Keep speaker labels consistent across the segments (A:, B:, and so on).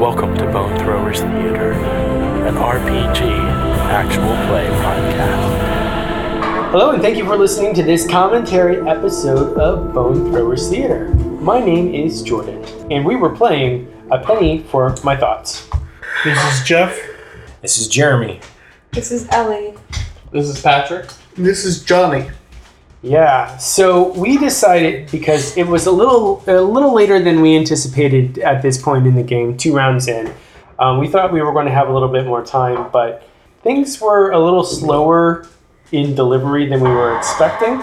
A: Welcome to Bone Throwers Theater, an RPG actual play podcast.
B: Hello, and thank you for listening to this commentary episode of Bone Throwers Theater. My name is Jordan, and we were playing A Penny for My Thoughts.
C: This is Jeff.
D: This is Jeremy.
E: This is Ellie.
F: This is Patrick.
C: This is Johnny.
B: Yeah, so we decided because it was a little a little later than we anticipated at this point in the game, two rounds in. Um, we thought we were going to have a little bit more time, but things were a little slower in delivery than we were expecting.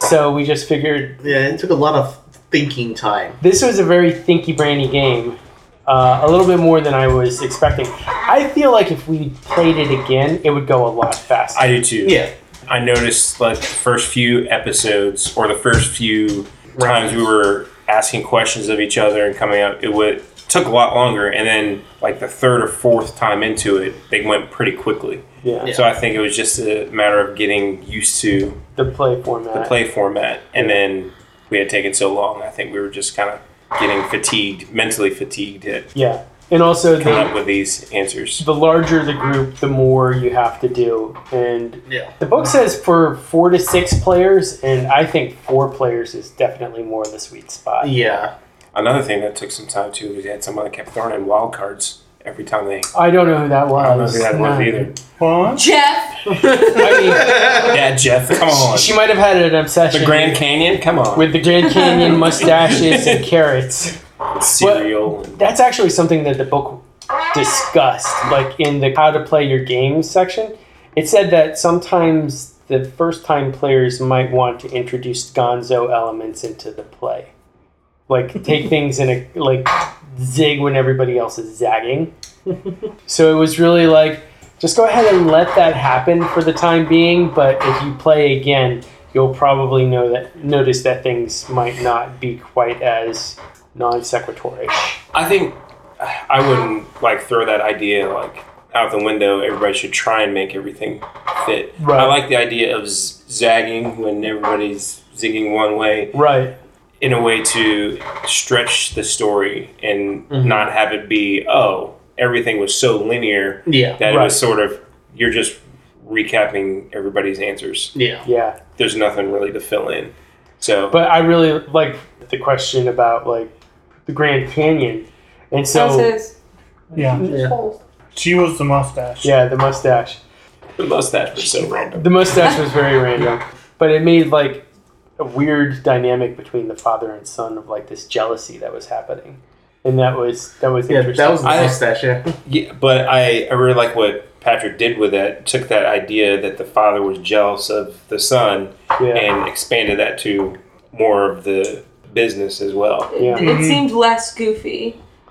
B: So we just figured.
C: Yeah, it took a lot of thinking time.
B: This was a very thinky brainy game, uh, a little bit more than I was expecting. I feel like if we played it again, it would go a lot faster.
D: I do too.
C: Yeah.
D: I noticed like the first few episodes or the first few times we were asking questions of each other and coming up, it would took a lot longer. And then like the third or fourth time into it, they went pretty quickly.
B: Yeah.
D: So I think it was just a matter of getting used to
B: the play format.
D: The play format, and then we had taken so long. I think we were just kind of getting fatigued, mentally fatigued. At
B: yeah. And also,
D: coming
B: the,
D: up with these answers.
B: the larger the group, the more you have to do. And
C: Yeah.
B: the book says for four to six players, and I think four players is definitely more the sweet spot.
C: Yeah.
D: Another thing that took some time too was you had someone that kept throwing in wild cards every time they.
B: I don't know who that was.
D: I don't know who that was
B: No.
D: either.
C: Huh?
E: Jeff!
B: I
D: Yeah, Jeff,
B: mean,
D: come on.
B: she might have had an obsession
D: the Grand Canyon, come on.
B: with the Grand Canyon mustaches and carrots.
D: cereal. and-
B: That's actually something that the book discussed, like in the how to play your game section. It said that sometimes the first time players might want to introduce gonzo elements into the play. Like take things in a like zig when everybody else is zagging. so it was really like just go ahead and let that happen for the time being, but if you play again, you'll probably know that notice that things might not be quite as non sequitorish.
D: I think I wouldn't like throw that idea like out the window. Everybody should try and make everything fit.
B: Right.
D: I like the idea of z- zagging when everybody's zigging one way.
B: Right.
D: in a way to stretch the story and
B: Mhm.
D: not have it be oh everything was so linear
C: Yeah.
D: that it
B: Right.
D: was sort of you're just recapping everybody's answers
C: Yeah.
B: Yeah.
D: there's nothing really to fill in so
B: But I really like the question about like the Grand Canyon. And so
E: This
C: Yeah.
E: is Cole.
C: She was the mustache.
B: yeah, the mustache.
D: the mustache was so random
B: The mustache was very random, but it made like a weird dynamic between the father and son of like this jealousy that was happening. And that was that was
C: Yeah,
B: interesting.
C: that was the
D: I-
C: mustache, yeah.
D: yeah, but I, I really like what patrick did with that took that idea that the father was jealous of the son
B: yeah.
D: and expanded that to more of the business as well
B: Yeah.
E: It, it seemed less goofy.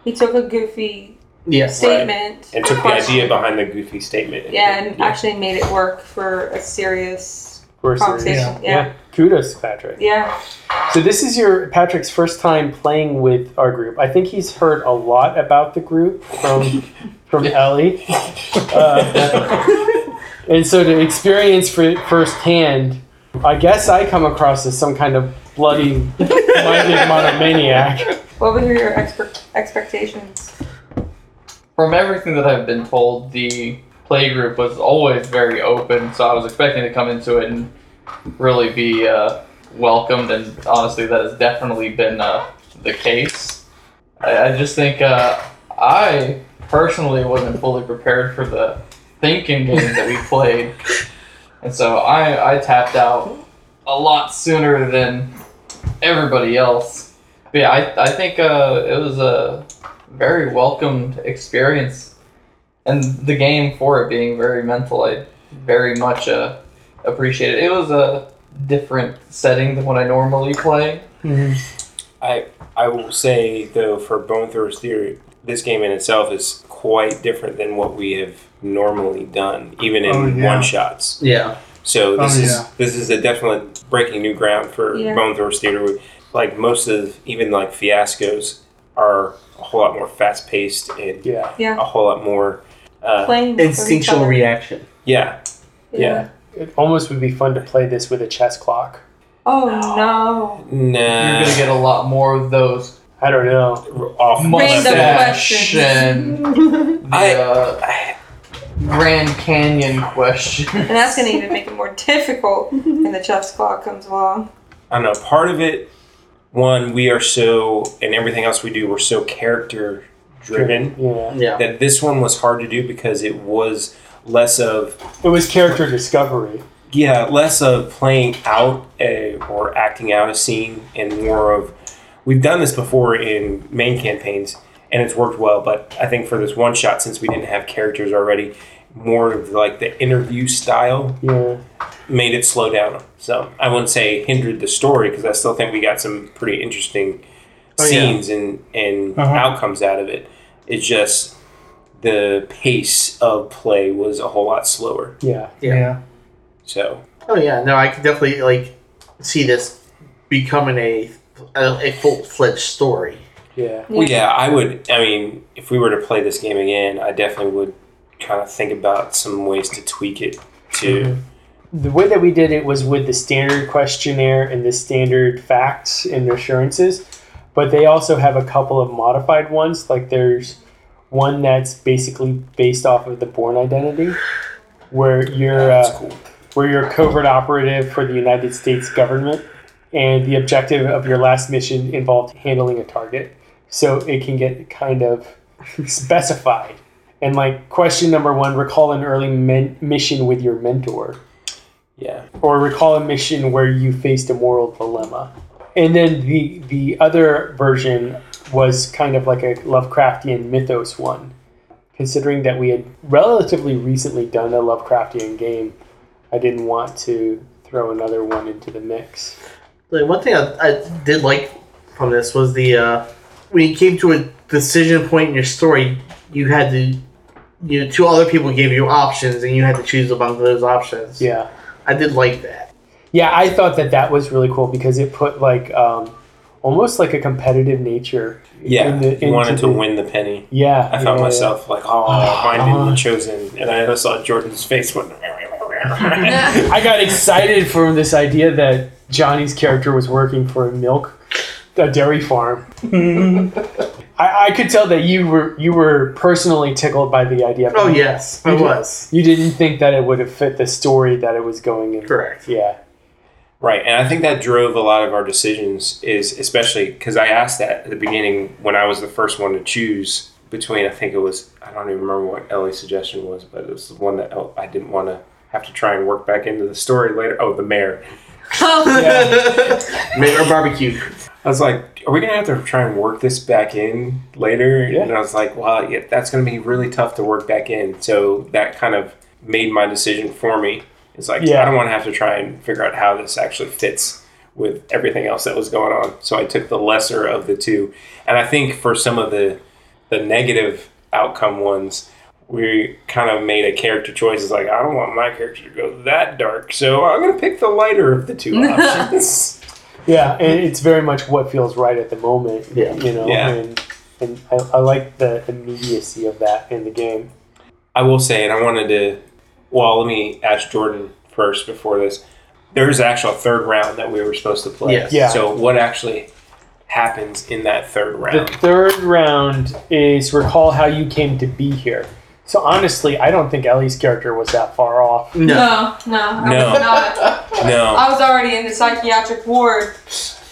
E: He took a goofy
C: Yes.
E: statement.
D: and took the idea behind the goofy statement
E: Yeah, and actually made it work for a serious
B: Versus-
E: conversation.
B: yeah.
E: Yeah.
B: Kudos, Patrick.
E: Yeah.
B: So this is your Patrick's first time playing with our group. I think he's heard a lot about the group from from Ellie, Uh, and so to experience for, firsthand, I guess I come across as some kind of bloody minded monomaniac.
E: What were your expert expectations?
F: From everything that I've been told, the playgroup was always very open, so I was expecting to come into it and really be uh, welcomed, and honestly, that has definitely been uh, the case. I, I just think uh, I personally wasn't fully prepared for the thinking game that we played, and so I, I tapped out a lot sooner than everybody else. But yeah, I, I think uh, it was a. very welcomed experience, and the game for it being very mental, I very much uh, appreciate it. It was a different setting than what I normally play.
D: I will say though, for Bone Thrower's Theory, this game in itself is quite different than what we have normally done, even in
C: Oh, yeah.
D: one shots.
C: Yeah.
D: So this
C: Oh,
D: is
C: yeah.
D: this is a definite breaking new ground for
E: Yeah.
D: Bone Throwers Theater. We- Like most of even like fiascos are a whole lot more fast paced and
B: Yeah.
E: Yeah.
D: a whole lot more. Uh,
E: Playing with
C: Instinctual
E: each other.
C: reaction.
D: yeah, yeah.
B: It almost would be fun to play this with a chess clock.
E: Oh no.
D: Nah.
F: You're gonna get a lot more of those
B: I don't know.
D: off
E: Random
F: mustache
E: questions. and
F: and
D: I-
F: the uh, Grand Canyon question.
E: that's gonna even make it more difficult when the chess clock comes along.
D: I don't know. Part of it, one, we are so, and everything else we do, we're so character driven
B: Yeah.
C: Yeah.
D: that this one was hard to do because it was less of,
B: It was character discovery.
D: yeah, less of playing out a, or acting out a scene and more of, we've done this before in main campaigns and it's worked well, but I think for this one shot, since we didn't have characters already, more of like the interview style
B: Yeah.
D: made it slow down. So I wouldn't say hindered the story because I still think we got some pretty interesting
C: Oh, yeah.
D: scenes and and
C: Uh-huh.
D: outcomes out of it. It's just the pace of play was a whole lot slower.
B: Yeah.
C: Yeah.
D: So
C: Oh yeah. No, I can definitely like see this becoming a a, a full fledged story.
B: Yeah.
D: well, yeah, I would. I mean, if we were to play this game again, I definitely would kind of think about some ways to tweak it to.
B: Mm-hmm. The way that we did it was with the standard questionnaire and the standard facts and assurances, but they also have a couple of modified ones. Like there's one that's basically based off of the born identity, where you're
D: That's
B: uh,
D: cool.
B: where you're a covert operative for the United States government, and the objective of your last mission involved handling a target. So it can get kind of specified. And like question number one, recall an early men- mission with your mentor
D: Yeah,
B: or recall a mission where you faced a moral dilemma. And then the the other version was kind of like a Lovecraftian mythos one. Considering that we had relatively recently done a Lovecraftian game, I didn't want to throw another one into the mix.
C: Like one thing I, I did like from this was the uh, when you came to a decision point in your story, you had to you two other people gave you options and you had to choose among those options.
B: Yeah.
C: I did like that.
B: Yeah, I thought that that was really cool because it put like um, almost like a competitive nature.
D: yeah.
B: in the-
D: you wanted
B: into
D: to
B: the-
D: win the penny.
B: Yeah.
D: I
B: yeah, Ah,
D: found
B: yeah.
D: myself like, oh, mine didn't get chosen, and I saw Jordan's face went.
B: I got excited from this idea that Johnny's character was working for a milk, a dairy farm.
C: Mm-hmm.
B: I, I could tell that you were you were personally tickled by the idea.
C: Oh yes, I
B: You did.
C: was
B: You didn't think that it would have fit the story that it was going in.
C: correct.
B: Yeah.
D: Right, and I think that drove a lot of our decisions. Is especially because I asked that at the beginning when I was the first one to choose between. I think it was I don't even remember what Ellie's suggestion was, but it was the one that El- I didn't want to have to try and work back into the story later. Oh, the mayor.
E: Oh,
C: Maybe a barbecue.
D: I was like, are we gonna have to try and work this back in later?
B: Yeah.
D: And I was like, well, yeah, that's gonna be really tough to work back in. So that kind of made my decision for me. It's like
B: Yeah.
D: I don't want to have to try and figure out how this actually fits with everything else that was going on. So I took the lesser of the two, and I think for some of the the negative outcome ones. We kind of made a character choice. It's like I don't want my character to go that dark, so I'm gonna pick the lighter of the two options.
B: Yeah, and it's very much what feels right at the moment.
C: Yeah.
B: You know,
D: Yeah.
B: and, and I, I like the immediacy of that in the game.
D: I will say, and I wanted to. Well, let me ask Jordan first before this. There's actual third round that we were supposed to play.
C: Yes.
B: Yeah.
D: So what actually happens in that third
B: The
D: round?
B: third round is recall how you came to be here. So honestly, I don't think Ellie's character was that far off.
C: No,
E: No, no, I
D: No.
E: was not.
D: no,
E: I was already in the psychiatric ward.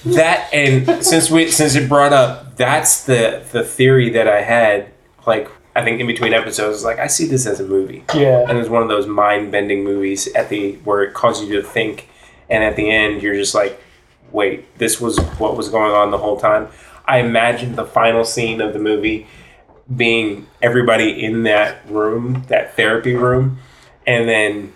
D: that and since we since it brought up, that's the the theory that I had. Like I think in between episodes, like I see this as a movie.
B: Yeah.
D: and it's one of those mind-bending movies at the where it causes you to think and at the end you're just like wait this was what was going on the whole time i imagined the final scene of the movie being everybody in that room that therapy room and then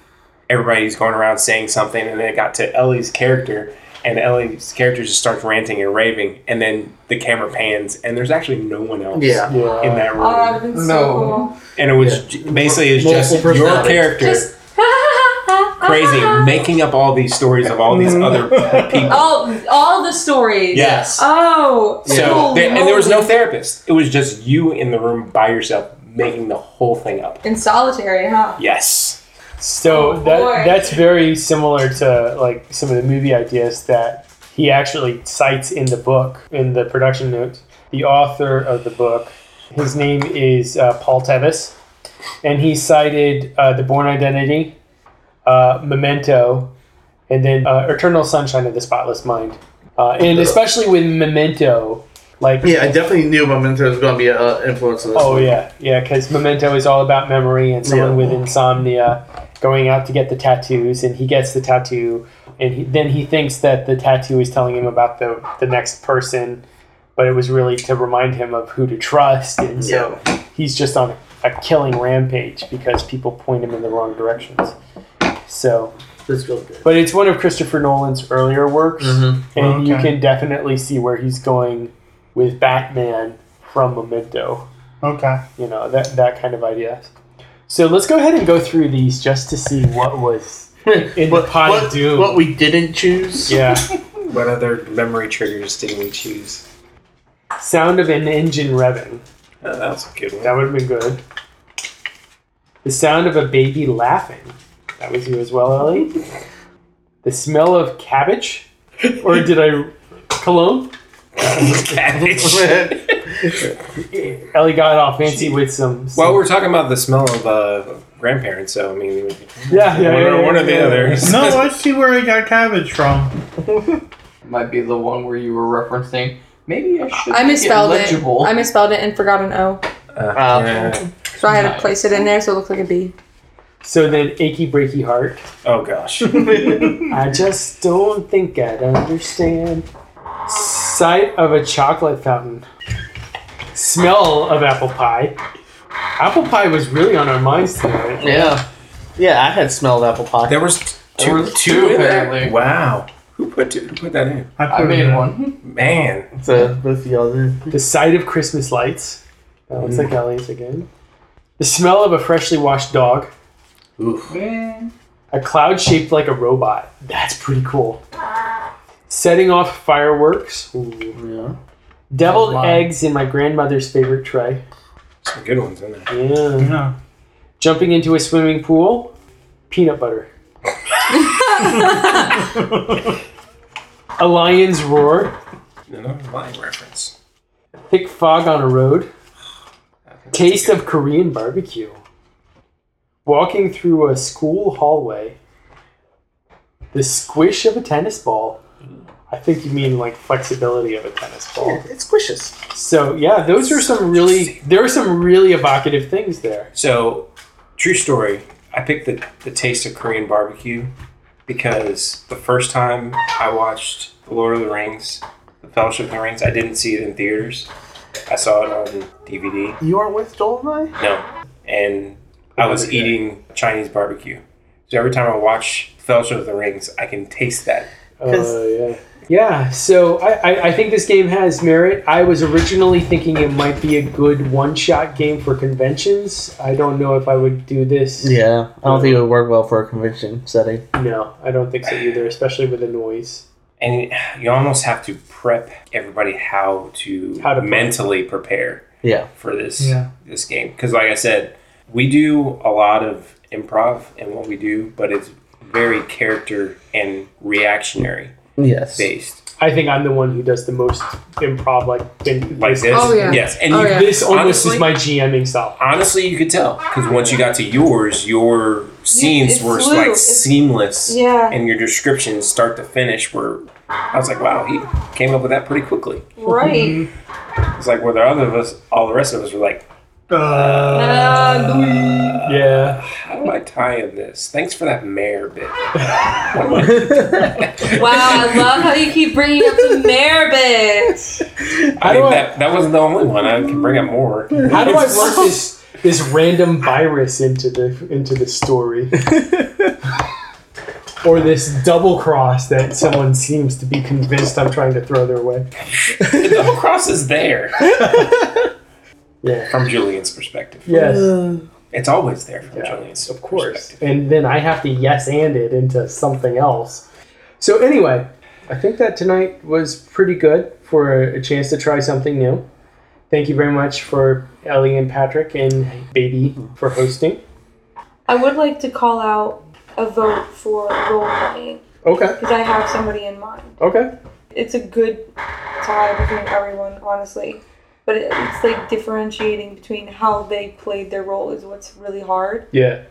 D: everybody's going around saying something and then it got to ellie's character and Ellie's character just starts ranting and raving, and then the camera pans, and there's actually no one else
C: Yeah.
D: in that room.
E: Oh, I've been so
F: No.
E: cool.
D: and it was j basically it's
C: Multiple
D: just your
C: personalities.
D: character
E: Just
D: crazy making up all these stories of all these other
B: Mm-hmm.
D: people.
E: all all the stories.
D: Yes.
E: Oh.
D: So
E: holy
D: there, and there was no
E: moly.
D: therapist. It was just you in the room by yourself making the whole thing up.
E: in solitary, huh?
D: Yes.
B: So
E: Oh, boy.
B: that that's very similar to like some of the movie ideas that he actually cites in the book in the production notes. The author of the book, his name is uh, Paul Tevis, and he cited uh, The Born Identity, uh, Memento, and then uh, Eternal Sunshine of the Spotless Mind. Uh, and especially with Memento, like
C: Yeah, I definitely knew Memento was going to be an influence on this.
B: Oh
C: one.
B: yeah, yeah. Because Memento is all about memory and someone
C: Yeah.
B: with insomnia going out to get the tattoos, and he gets the tattoo, and he, then he thinks that the tattoo is telling him about the the next person, but it was really to remind him of who to trust, and so he's just on a killing rampage because people point him in the wrong directions. So,
C: This feels good.
B: but it's one of Christopher Nolan's earlier works,
F: Mm-hmm.
C: Mhm.
B: and you
G: Okay.
B: can definitely see where he's going with Batman from Memento
G: Okay.
B: you know that that kind of idea. So let's go ahead and go through these just to see what was in the
C: What,
B: pot
C: what,
B: of doom.
C: what we didn't choose.
B: yeah,
D: What other memory triggers did we choose?
B: sound of an engine revving.
D: Oh, that was a good one.
B: That would have been good. The sound of a baby laughing. That was you as well, Ellie. The smell of cabbage, or did I cologne?
D: Cabbage.
B: Ellie got all fancy with some. some
D: Well, we're talking about the smell of uh, grandparents, so I mean,
B: yeah, yeah,
D: one,
B: yeah,
D: or,
B: yeah,
D: one or the
B: yeah.
D: other.
G: No, I see where I got cabbage from.
F: Might be the one where you were referencing. Maybe I should.
E: I
F: make
E: misspelled
F: it.
E: it.
F: legible.
E: I misspelled it and forgot an O,
D: Uh,
C: Wow.
D: yeah.
E: so I had to place it in there so it looked like a B.
B: So then, achy breaky heart.
D: Oh gosh.
B: I just don't think I'd understand. Sight of a chocolate fountain. Smell of apple pie. Apple pie was really on our minds tonight.
C: yeah. Yeah, I had smelled apple pie.
D: There was t- two,
F: There was
D: two
F: two,
D: in there.
F: apparently.
D: Wow. Who put two, who put that in?
G: I,
F: I
G: put it
F: made
G: in.
F: one.
D: Man.
C: So both of y'all did.
B: The sight of Christmas lights. Uh, That looks like Ellie's again. The smell of a freshly washed dog. A cloud shaped like a robot. That's pretty cool. Setting off fireworks. Ooh.
C: Yeah.
B: Deviled
F: Wow.
B: eggs in my grandmother's favorite tray.
D: Some good ones in there.
B: Yeah.
G: Yeah.
B: Jumping into a swimming pool. Peanut butter. A lion's roar,
D: Another line reference.
B: thick fog on a road, taste of Korean barbecue, walking through a school hallway, the squish of a tennis ball. I think you mean like flexibility of a tennis ball.
C: It's squishes.
B: So yeah, those are some really there are some really evocative things there.
D: So, true story. I picked the, the taste of Korean barbecue because the first time I watched The Lord of the Rings, The Fellowship of the Rings, I didn't see it in theaters. I saw it on DVD.
C: You aren't with Joel and I?
D: No. And I was
B: Okay.
D: eating Chinese barbecue. So every time I watch Fellowship of the Rings, I can taste that.
B: Oh yeah. Yeah, so I, I, I think this game has merit. I was originally thinking it might be a good one shot game for conventions. I don't know if I would do this.
C: Yeah. I don't think it would work well for a convention setting.
B: No, I don't think so either, especially with the noise.
D: And you almost have to prep everybody how to,
B: How to prep.
D: mentally prepare.
C: Yeah.
D: for this
G: Yeah.
D: this game because like i said we do a lot of improv and what we do but it's very character and reactionary
C: Yes.
D: based
B: I think I'm the one who does the most improv like been
D: like this
E: Oh, yeah.
D: yes and
E: Oh,
D: you,
E: yeah.
B: This almost
D: Honestly-
B: is my GMing style.
D: honestly you could tell because once you got to yours your scenes
E: it
D: were
E: flew.
D: like
E: It's-
D: seamless
E: Yeah.
D: and your descriptions start to finish were i was like wow he came up with that pretty quickly
E: Right.
D: it's like where the other of us all the rest of us were like
G: Uh,
E: Uh,
B: Yeah.
D: how do i tie in this thanks for that mayor bit
E: wow, I love how you keep bringing up the mare bit.
B: How
D: I
B: do
D: mean,
B: I-
D: that, that wasn't the only one. I can bring up more.
B: How do I work this this random virus into the into the story? or this double cross that someone seems to be convinced I'm trying to throw their way.
D: The double cross is there
B: Yeah.
D: from Julian's perspective.
B: Yes.
D: It's always there from
B: Yeah,
D: Julian's
B: Of course.
D: perspective.
B: And then I have to yes and it into something else. So anyway, I think that tonight was pretty good for a chance to try something new. Thank you very much for Ellie and Patrick and Baby for hosting.
E: I would like to call out a vote for role playing
B: Okay.
E: because I have somebody in mind.
B: Okay.
E: It's a good tie between everyone, honestly. But it, it's like differentiating between how they played their role is what's really hard.
B: Yeah.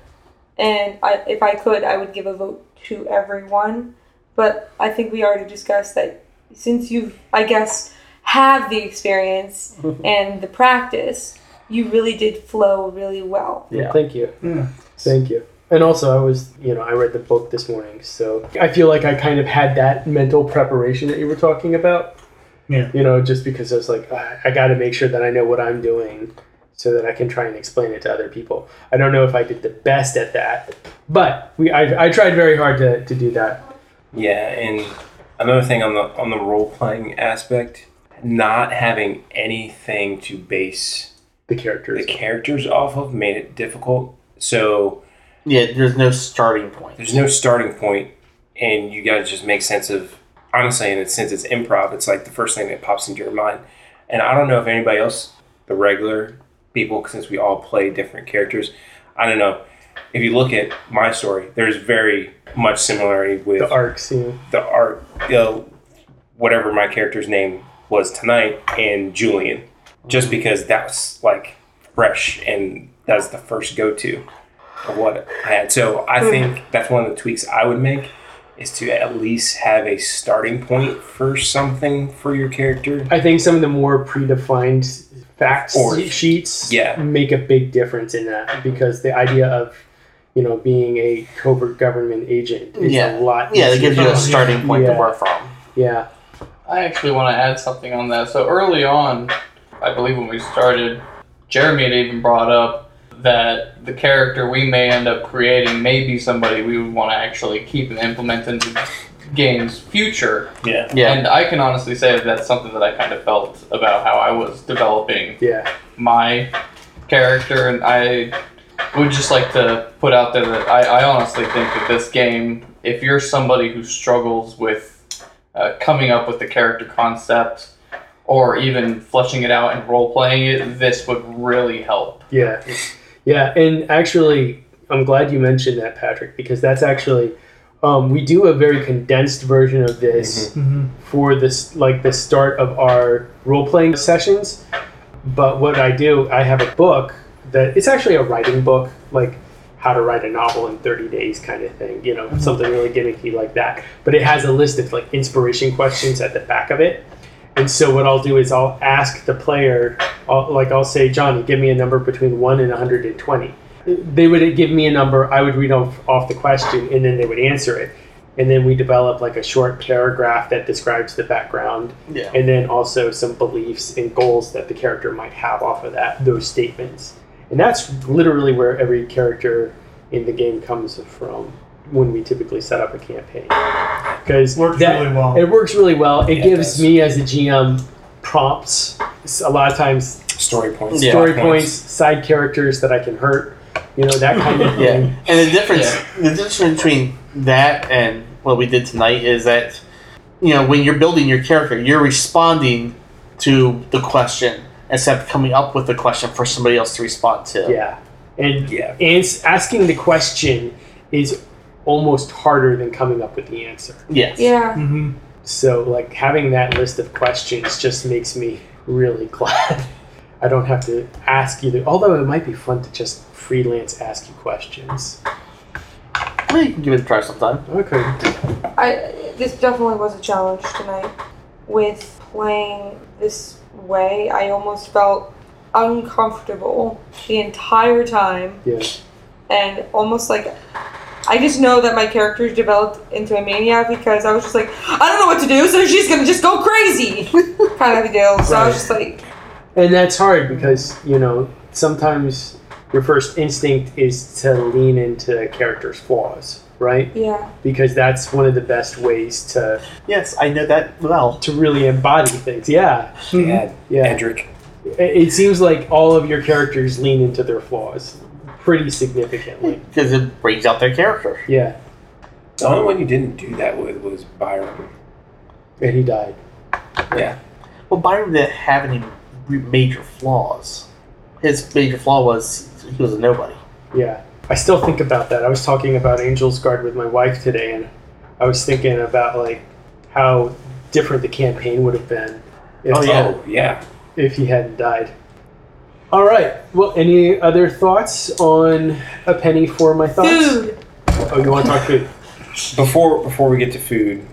E: and I, if I could, I would give a vote to everyone. But I think we already discussed that since you, I guess, have the experience and the practice, you really did flow really well.
B: Yeah. Thank you.
G: Yeah.
B: Thank you. And also, I was, you know, I read the book this morning, so I feel like I kind of had that mental preparation that you were talking about.
G: Yeah.
B: You know, just because I was like, I, I got to make sure that I know what I'm doing so that I can try and explain it to other people. I don't know if I did the best at that, but we, I, I tried very hard to, to do that.
D: Yeah, and another thing on the on the role playing aspect, not having anything to base
B: The
D: the
B: characters.
D: characters off of made it difficult. So
C: Yeah, there's no starting point.
D: there's no starting point, and you gotta just make sense of. Honestly, and since it's improv, it's like the first thing that pops into your mind. And I don't know if anybody else, the regular people, since we all play different characters, I don't know. If you look at my story, there's very much similarity with
B: The arcs, you know.
D: the art, you know, whatever my character's name was tonight, and Julian, just because that was like fresh and that's the first go to of what I had.
B: Hmm.
D: So I think that's one of the tweaks I would make is to at least have a starting point for something for your character.
B: I think some of the more predefined facts
D: Or-
B: sheets
D: yeah.
B: make a big difference in that because the idea of you know being a covert government agent is a
C: Yeah.
B: lot
C: Yeah, it
B: easier.
C: gives you a starting point
B: Yeah.
C: to work from.
B: yeah
F: I actually want to add something on that. So early on, I believe when we started, Jeremy had even brought up that the character we may end up creating may be somebody we would want to actually keep and implement into the game's future.
D: Yeah.
C: Yeah,
F: And I can honestly say that that's something that I kind of felt about how I was developing
B: yeah
F: my character, and I would just like to put out there that I, I honestly think that this game, if you're somebody who struggles with uh, coming up with the character concept or even fleshing it out and role playing it, this would really help.
B: yeah yeah and actually I'm glad you mentioned that Patrick because that's actually um, we do a very condensed version of this
G: Mm-hmm.
B: for this like the start of our role playing sessions. But what I do, I have a book that it's actually a writing book, like how to write a novel in 30 days kind of thing, you know, something really gimmicky like that. But it has a list of like inspiration questions at the back of it. And so what I'll do is I'll ask the player, I'll, like I'll say, Johnny, give me a number between 1 and 120. They would give me a number, I would read off, off the question, and then they would answer it and then we develop like a short paragraph that describes the background
C: Yeah.
B: and then also some beliefs and goals that the character might have off of that those statements and that's literally where every character in the game comes from when we typically set up a campaign because
G: Works really well.
B: it works really well it
D: Yeah, it
B: gives
D: does.
B: me as a gm prompts S- a lot of times
D: Story points.
C: Yeah.
B: story points side characters that i can hurt you know that kind of
C: yeah.
B: thing
C: And the difference, the difference between that and what we did tonight is that, you know, when you're building your character, you're responding to the question instead of coming up with a question for somebody else to respond to.
B: yeah and
D: Yeah.
B: ans- asking the question is almost harder than coming up with the answer.
C: Yes.
E: Yeah.
G: Mm-hmm.
B: So, like, having that list of questions just makes me really glad. I don't have to ask either, although it might be fun to just freelance ask you questions.
C: Well, you can give it a try sometime.
B: Okay.
E: I this definitely was a challenge tonight with playing this way. I almost felt uncomfortable the entire time
B: Yeah.
E: and almost like I just know that my character developed into a maniac because I was just like, I don't know what to do, so she's gonna just go crazy kind of a deal. So I was just like,
B: And that's hard because, you know, sometimes your first instinct is to lean into a character's flaws. right?
E: Yeah.
B: Because that's one of the best ways to
G: Yes, I know that well.
B: to really embody things. Yeah,
D: Yeah,
B: Mm-hmm. yeah.
D: Edric.
B: It, it seems like all of your characters lean into their flaws pretty significantly.
C: because it brings out their character.
B: Yeah,
D: The only one you didn't do that with was Byron.
B: and he died.
C: Well, Byron didn't have any re- major flaws. His major flaw was he was a nobody.
B: Yeah, I still think about that. I was talking about Angel's Guard with my wife today, and I was thinking about like how different the campaign would have been. If,
C: Oh, yeah.
D: Oh, yeah.
B: if he hadn't died. All right. Well, any other thoughts on a penny for my thoughts?
E: Food.
B: Oh, you want to talk food?
D: Before before we get to food,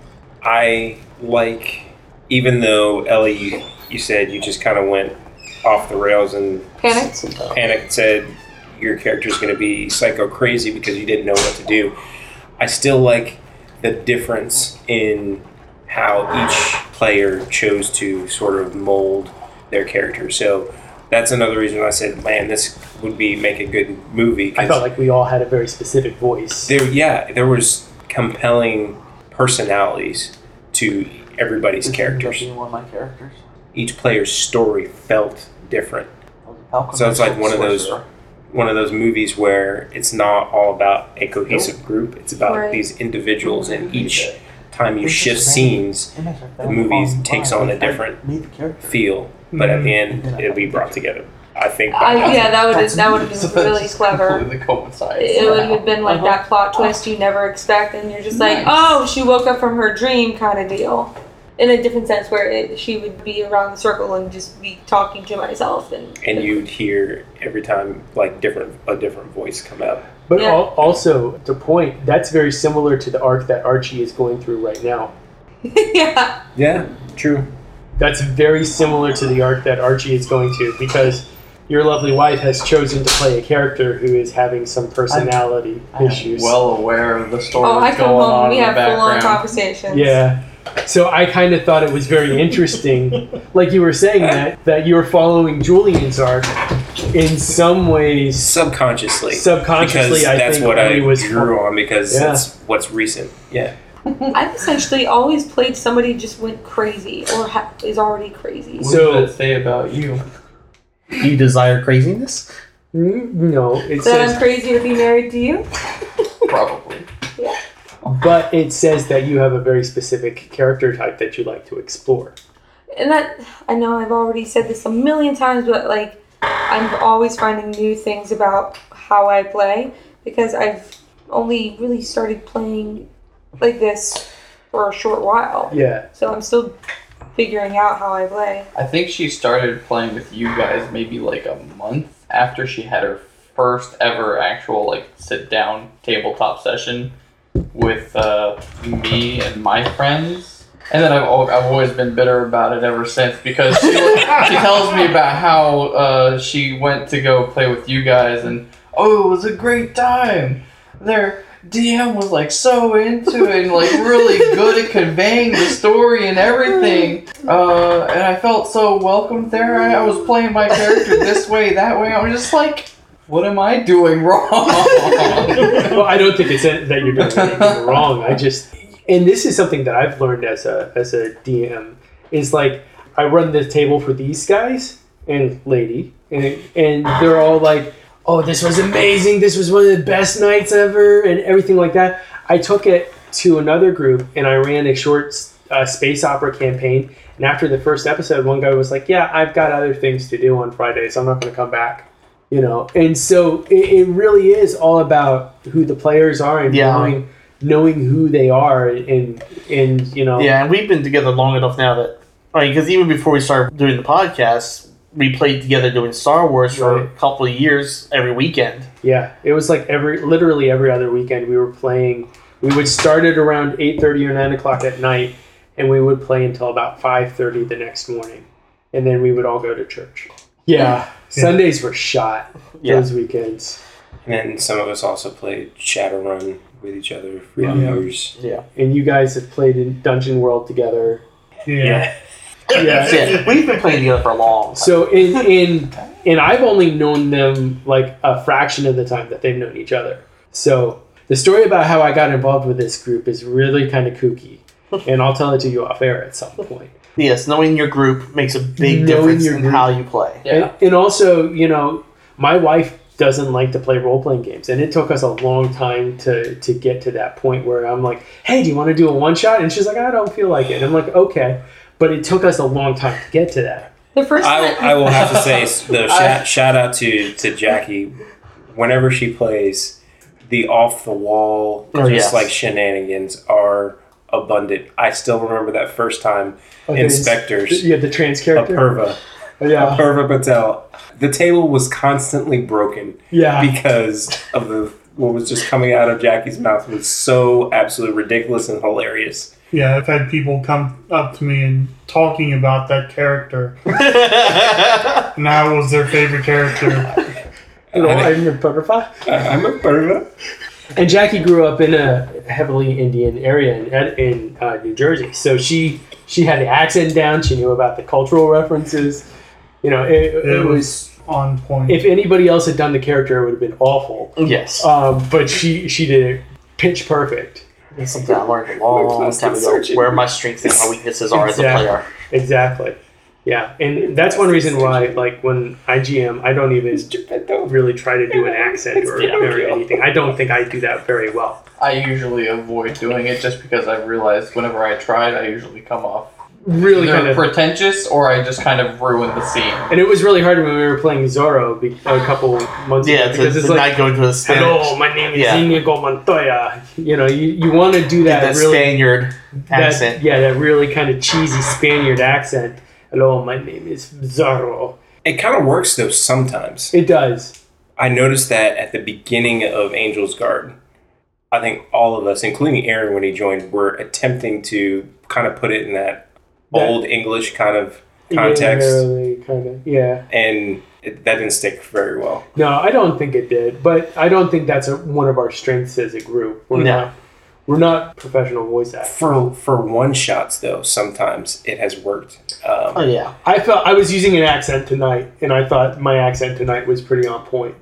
D: I like even though Ellie, you, you said you just kind of went off the rails and
E: Panicked.
D: panic and said your character's going to be psycho crazy because you didn't know what to do. I still like the difference in how each player chose to sort of mold their character. So that's another reason I said, man, this would be make a good movie. 'cause
B: I felt like we all had a very specific voice.
D: there, yeah, there was compelling personalities to everybody's characters.
C: One of my characters.
D: Each player's story felt different. So it's like one of those- one of those movies where it's not all about a cohesive group. It's about
E: Right.
D: these individuals, and each time you shift scenes,
C: The
D: the movie takes on a different feel. But at the end, it'll be brought together. I think.
E: I, yeah, that would
C: That's-
E: that would have
F: So
E: been
F: that
E: really
F: just
E: clever.
F: Completely coincides.
E: It would have been like
C: Uh-huh.
E: that plot twist you never expect, and you're just like,
F: Nice.
E: oh, she woke up from her dream kind of deal. In a different sense, where it, she would be around the circle and just be talking to myself, and,
D: And you'd hear every time like different a different voice come out.
B: But
E: Yeah.
B: al- also, to point, that's very similar to the arc that Archie is going through right now.
E: yeah,
D: Yeah, true.
B: That's very similar to the arc that Archie is going to because your lovely wife has chosen to play a character who is having some personality issues.
F: well aware of the story
E: oh, I
F: that's
E: come
F: going on
E: home, we
F: in the
E: have full on
F: background.
E: conversations.
B: Yeah. So I kind of thought it was very interesting, like you were saying that that you were following Julian's arc in some ways
D: Subconsciously.
B: subconsciously.
D: because
B: I
D: that's
B: think
D: what I
B: Ellie was
D: drew on because
B: Yeah.
D: that's what's recent. Yeah.
E: I've essentially always played somebody who just went crazy or ha- is already crazy.
F: What
B: So-
F: does it say about you?
C: You desire craziness?
B: Mm, No, it
E: That I'm
B: says,
E: crazy to be married to you.
F: Probably.
B: but it says that you have a very specific character type that you like to explore.
E: and that I know I've already said this a million times, but like I'm always finding new things about how I play because I've only really started playing like this for a short while.
B: Yeah,
E: So I'm still figuring out how I play.
F: I think she started playing with you guys maybe like a month after she had her first ever actual like sit down tabletop session with uh, me and my friends. And then I've, al- I've always been bitter about it ever since because she, she tells me about how uh, she went to go play with you guys and oh it was a great time. Their DM was like so into it and like really good at conveying the story and everything. Uh, and I felt so welcomed there. I, I was playing my character this way, that way. I was just like, what am I doing wrong?
B: well, I don't think it's that that you're doing anything wrong. I just, and this is something that I've learned as a as a DM is like I run the table for these guys and lady, and and they're all like, "Oh, this was amazing! This was one of the best nights ever," and everything like that. I took it to another group, and I ran a short uh, space opera campaign. And after the first episode, one guy was like, "Yeah, I've got other things to do on Fridays. I'm not going to come back." You know, and so it, it really is all about who the players are and
C: Yeah.
B: knowing knowing who they are and and you know
C: Yeah, and we've been together long enough now that, I mean, because even before we started doing the podcast, we played together doing Star Wars for a
B: Right.
C: couple of years every weekend.
B: Yeah, it was like every literally every other weekend we were playing. We would start at around eight thirty or nine o'clock at night, and we would play until about five thirty the next morning, and then we would all go to church. Yeah, Sundays were shot
C: Yeah.
B: those weekends,
D: And then some of us also played Shadowrun with each other for
B: Yeah.
D: years.
B: and you guys have played in Dungeon World together.
G: Yeah.
B: Yeah.
C: That's it. We've been playing together for a long time.
B: So in in and I've only known them like a fraction of the time that they've known each other. So The story about how I got involved with this group is really kind of kooky, and I'll tell it to you off air at some point.
C: Yes, knowing your group makes a big
B: Knowing
C: difference
B: your
C: in
B: group.
C: how you play.
F: Yeah.
B: And, and also, you know, my wife doesn't like to play role playing games, and it took us a long time to to get to that point where I'm like, "Hey, do you want to do a one shot?" And she's like, "I don't feel like it." And I'm like, "Okay," but it took us a long time to get to that.
E: The first
D: I,
E: time
D: I will have to say though,
F: I-
D: shout, shout out to to Jackie. Whenever she plays, the off the wall,
C: Oh,
D: just
C: yes.
D: like shenanigans are abundant. I still remember that first time
B: Okay, Oh, it's-
D: inspectors.
B: Yeah, the trans
D: A
B: character.
D: perva,
B: Yeah,
D: perva Patel. The table was constantly broken
B: yeah.
D: because of the what was just coming out of Jackie's mouth was so absolutely ridiculous and hilarious.
G: Yeah, I've had people come up to me and talking about that character. and that was their favorite character.
B: You know,
D: I think-
B: I'm a Oh, butterfly.
D: uh, I'm a perva.
B: And Jackie grew up in a heavily Indian area in, Ed- in uh, New Jersey, so she she had the accent down. She knew about the cultural references. You know, it, it,
G: It
B: was.
G: was on point.
B: If anybody else had done the character, it would have been awful.
C: Yes.
B: Um, but she she did it pitch perfect.
C: It's something I learned a long time ago. Where my strengths and my weaknesses are as a
B: Exactly.
C: player.
B: Exactly. Yeah, and that's one reason why, like when I GM, I don't even really try to do an accent or, or anything. I don't think I do that very well.
F: I usually avoid doing it just because I've realized whenever I tried, I usually come off
B: Really
F: either
B: kind of
F: pretentious or I just kind of ruin the scene.
B: And it was really hard when we were playing Zorro be- a couple months
C: Yeah,
B: ago
C: to,
B: because it's
C: to
B: like,
C: not go to the Spanish.
B: hello, my name is
C: Yeah.
B: Inigo Montoya. You know, you, you want to do that,
C: that
B: really,
C: Spaniard
B: that-
C: accent.
B: yeah, that really kind of cheesy Spaniard accent. Hello, my name is Zorro.
D: It kind of works though sometimes.
B: It does.
D: I noticed that at the beginning of Angel's Guard, I think all of us, including Aaron when he joined, were attempting to kind of put it in that,
B: That-
D: old English kind of context,
B: Yeah, really kind of. Yeah.
D: and it, that didn't stick very well.
B: No, I don't think it did, but I don't think that's a, one of our strengths as a group. We're
C: No.
B: not. We're not professional voice actors.
D: For for one shots though, sometimes it has worked. Um,
C: Oh yeah.
B: I felt I was using an accent tonight, and I thought my accent tonight was pretty on point.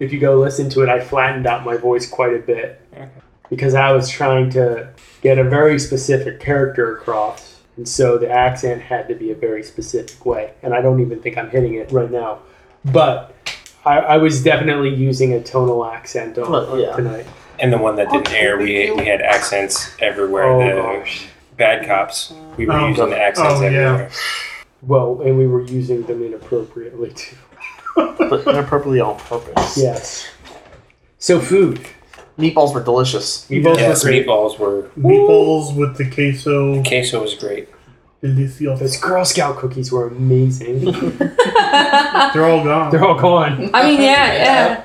B: If you go listen to it, I flattened out my voice quite a bit because I was trying to get a very specific character across, and so the accent had to be a very specific way. And I don't even think I'm hitting it right now, but I, I was definitely using a tonal accent on,
C: Well,
B: on
C: yeah.
B: tonight.
D: And the one that didn't air, we we had accents everywhere.
B: Oh
D: the
B: gosh!
D: bad cops, we were
G: Oh,
D: using the accents
G: oh, yeah.
D: everywhere.
B: Well, and we were using them inappropriately too.
C: But they're perfectly on purpose.
B: Yes. So food.
C: Meatballs were delicious.
B: We both
D: Yes,
B: were great.
D: meatballs were
G: Meatballs with the queso
D: queso was great.
B: Those
G: delicioso.
B: Girl Scout cookies were amazing.
E: I,
G: They're all gone.
B: They're all gone.
E: mean, yeah, yeah.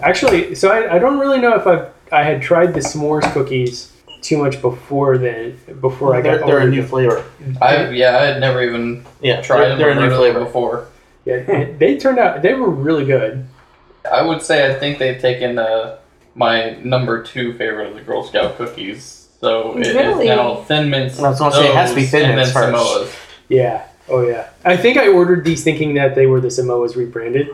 B: Actually, so I, I don't really know if I've I had tried the s'mores cookies too much before then before I
C: They're,
B: got
C: they're a
B: older.
C: new flavor.
F: I yeah, I had never even
C: Yeah,
F: tried
C: they're, they're
F: them
C: a new
F: really
C: flavor.
F: before.
B: Yeah, and they turned out they were really good.
F: I would say I think they've taken uh, my number two favorite of the Girl Scout cookies. So it is
E: Really?
F: now Thin Mints.
C: I was gonna say it has to be
F: those,
C: Thin
F: and
C: Mints
F: then
C: first.
F: Samoas.
B: Yeah. Oh yeah. I think I ordered these thinking that they were the Samoa's rebranded.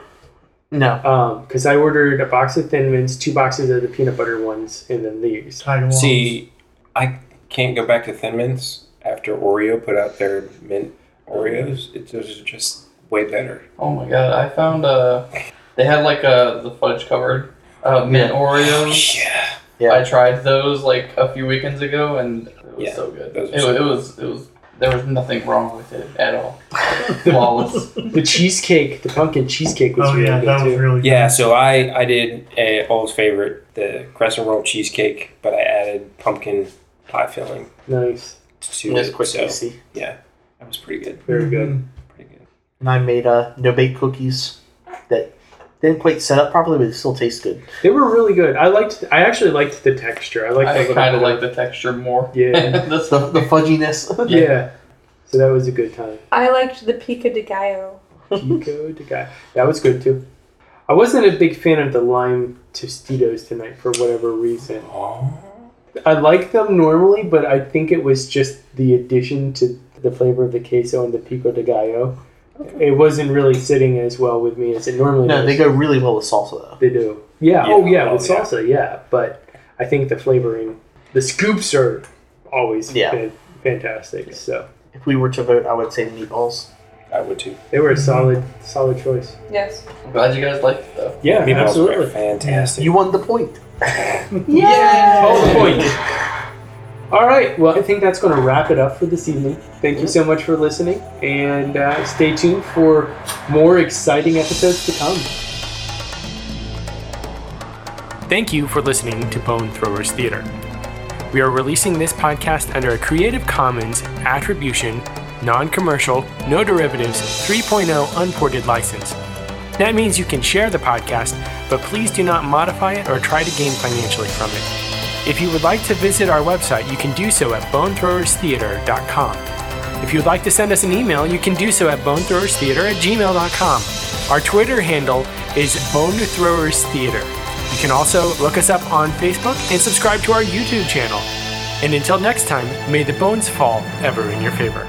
C: No.
B: Um, because I ordered a box of Thin Mints, two boxes of the peanut butter ones, and then these.
G: Taiwan.
D: See, I can't go back to Thin Mints after Oreo put out their mint Oreos. It was just way better.
F: Oh my god! I found uh, they had like uh the fudge covered uh, mint Oreos.
D: Yeah.
C: Yeah.
F: I tried those like a few weekends ago, and it was
D: Yeah,
F: so good.
D: those
F: It,
D: are so
F: wa- it was it was there was nothing wrong with it at all. Flawless.
B: The cheesecake, the pumpkin cheesecake was
G: Oh
B: really
G: yeah,
B: good
G: that
B: too.
G: was really good.
D: Yeah, so I, I did a old favorite, the crescent roll cheesecake, but I added pumpkin pie filling
B: nice.
D: to
C: That's
D: it.
C: quick
D: so
C: and easy.
D: that was pretty good.
B: Very good.
C: Mm-hmm.
G: Mhm.
D: Pretty good.
C: And I made uh, no bake cookies that didn't quite set up properly, but it still tastes good.
B: They were really good. I liked. I actually liked the texture. I liked. the
F: I
B: little
F: kind
B: bit
F: of like the texture more.
B: Yeah.
F: This-
C: The, the fudginess.
B: Yeah. So that was a good time.
E: I liked the pico de gallo.
B: Pico de guy. That was good too. I wasn't a big fan of the lime Tostitos tonight for whatever reason.
D: Oh.
B: I like them normally, but I think it was just the addition to the flavor of the queso and the pico de gallo. It wasn't really sitting as well with me as it normally
C: No,
B: does.
C: they go really well with salsa though.
B: They do. Yeah.
D: Yeah.
B: Oh yeah, with
D: Oh, yeah.
B: salsa. Yeah, but I
H: I think the flavoring, the scoops are always
C: Yeah.
H: fan- fantastic. So
C: If we were to vote, I would say meatballs.
D: I would too.
H: they were a solid, solid choice.
E: Yes.
F: I'm glad you guys liked it though.
H: Yeah,
D: Meatballs were
H: absolutely.
D: fantastic.
C: You won the point.
B: Oh,
H: Whole point. All right. Well, I think that's going to wrap it up for this evening. Thank you so much for listening, and uh, stay tuned for more exciting episodes to come. Thank you for listening to Bone Throwers Theater. We are releasing this podcast under a Creative Commons Attribution, Non Commercial, No Derivatives 3.0 Unported license. That means you can share the podcast, but please do not modify it or try to gain financially from it. If you would like to visit our website, you can do so at bonethrowerstheater.com. If you would like to send us an email, you can do so at bonethrowerstheater at gmail.com. Our Twitter handle is bonethrowerstheater. You can also look us up on Facebook and subscribe to our YouTube channel. And until next time, may the bones fall ever in your favor.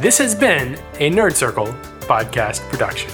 H: This has been a Nerd Circle podcast production.